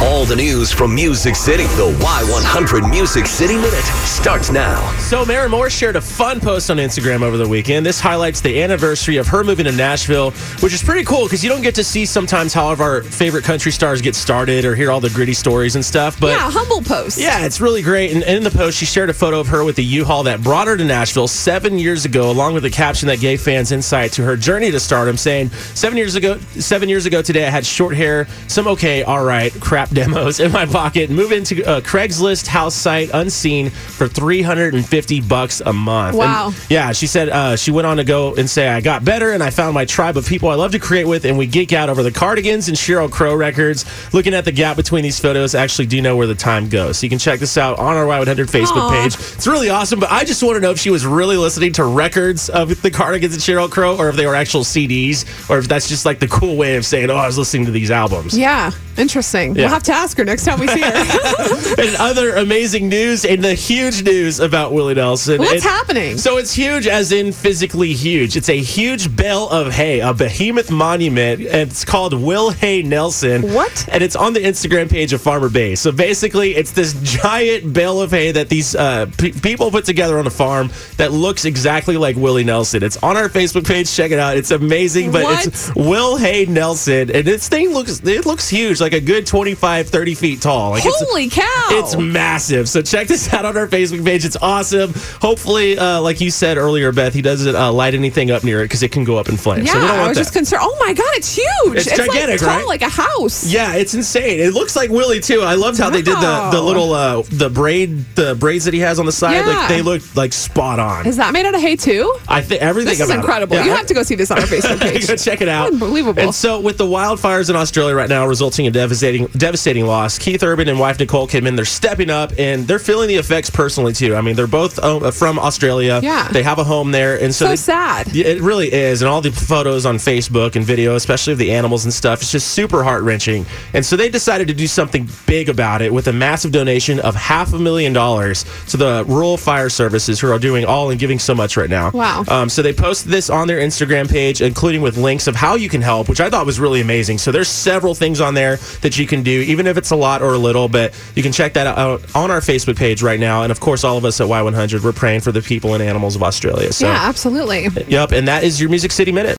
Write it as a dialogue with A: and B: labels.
A: All the news from Music City. The Y100 Music City Minute starts now.
B: So, Maren Moore shared a fun post on Instagram over the weekend. This highlights the anniversary of her moving to Nashville, which is pretty cool because you don't get to see sometimes how our favorite country stars get started or hear all the gritty stories and stuff. But
C: yeah, humble post.
B: Yeah, it's really great. And in the post, she shared a photo of her with the U-Haul that brought her to Nashville seven years ago, along with a caption that gave fans insight to her journey to stardom, saying, seven years ago, seven years ago today, I had short hair, some okay, all right, crap demos in my pocket, move into a Craigslist house site unseen for 350 bucks a month. And
C: Wow.
B: yeah, she said uh, she went on to go and say, I got better and I found my tribe of people I love to create with, and we geek out over the cardigans and Sheryl Crow records. Looking at the gap between these photos, I actually do know where the time goes. So you can check this out on our Y100 Facebook
C: Aw.
B: page. It's really awesome, but I just want to know if she was really listening to records of the cardigans and Sheryl Crow, or if they were actual CDs, or if that's just like the cool way of saying, oh, I was listening to these albums.
C: Yeah, interesting.
B: Yeah.
C: We'll have to ask her next time we see her.
B: and other amazing news and the huge news about Willie Nelson.
C: What's
B: It-
C: happening?
B: So it's huge, as in physically huge. It's a huge bale of hay, a behemoth monument, and it's called Will Hay Nelson.
C: What?
B: And it's on the Instagram page of Farmer Bay. So basically, it's this giant bale of hay that these uh, pe people put together on a farm that looks exactly like Willie Nelson. It's on our Facebook page. Check it out. It's amazing, but it's Will Hay Nelson, and this thing looks it looks huge, like a good 25, 30 feet tall. Like it's-
C: Holy cow!
B: it's massive. So check this out on our Facebook page. It's awesome. Hopefully, uh, like you said earlier, Beth, he doesn't uh, light anything up near it because it can go up in flames.
C: yeah,
B: so we don't
C: I
B: want
C: was
B: that.
C: just concerned. Oh my god, it's huge!
B: It's gigantic,
C: like tall,
B: right?
C: like a house.
B: yeah, it's insane. It looks like Willie too. I loved how they did the,
C: Wow.
B: the little uh, the braid the braids that he has on the side. Like
C: Yeah.
B: they look like spot on.
C: Is that made out of hay too?
B: I think everything
C: This is
B: about it-
C: incredible.
B: Yeah,
C: you
B: I-
C: have to go see this on our Facebook page.
B: go check it out.
C: Unbelievable.
B: And so, with the wildfires in Australia right now resulting in devastating, devastating loss, Keith Urban and wife Nicole Kidman they're stepping up and they're feeling the effects personally too. I mean, they're both uh, from Australia.
C: Yeah.
B: they have a home there, and so,
C: so
B: they-
C: sad.
B: yeah, it really is. And all the photos on Facebook and video, especially of the animals and stuff, it's just super heart wrenching. And so they decided to do something big about it with a massive donation of half a million dollars to the rural fire services who are doing all and giving so much right now.
C: Wow.
B: Um, so they posted this on their Instagram page, including with links of how you can help, which I thought was really amazing. So there's several things on there that you can do, even if it's a lot or a little, but you can check that out on our Facebook page right now. And of course, all of us at Y100, we're praying for the people and animals of Australia. So
C: yeah, absolutely.
B: Yep, and that is your Music City Minute.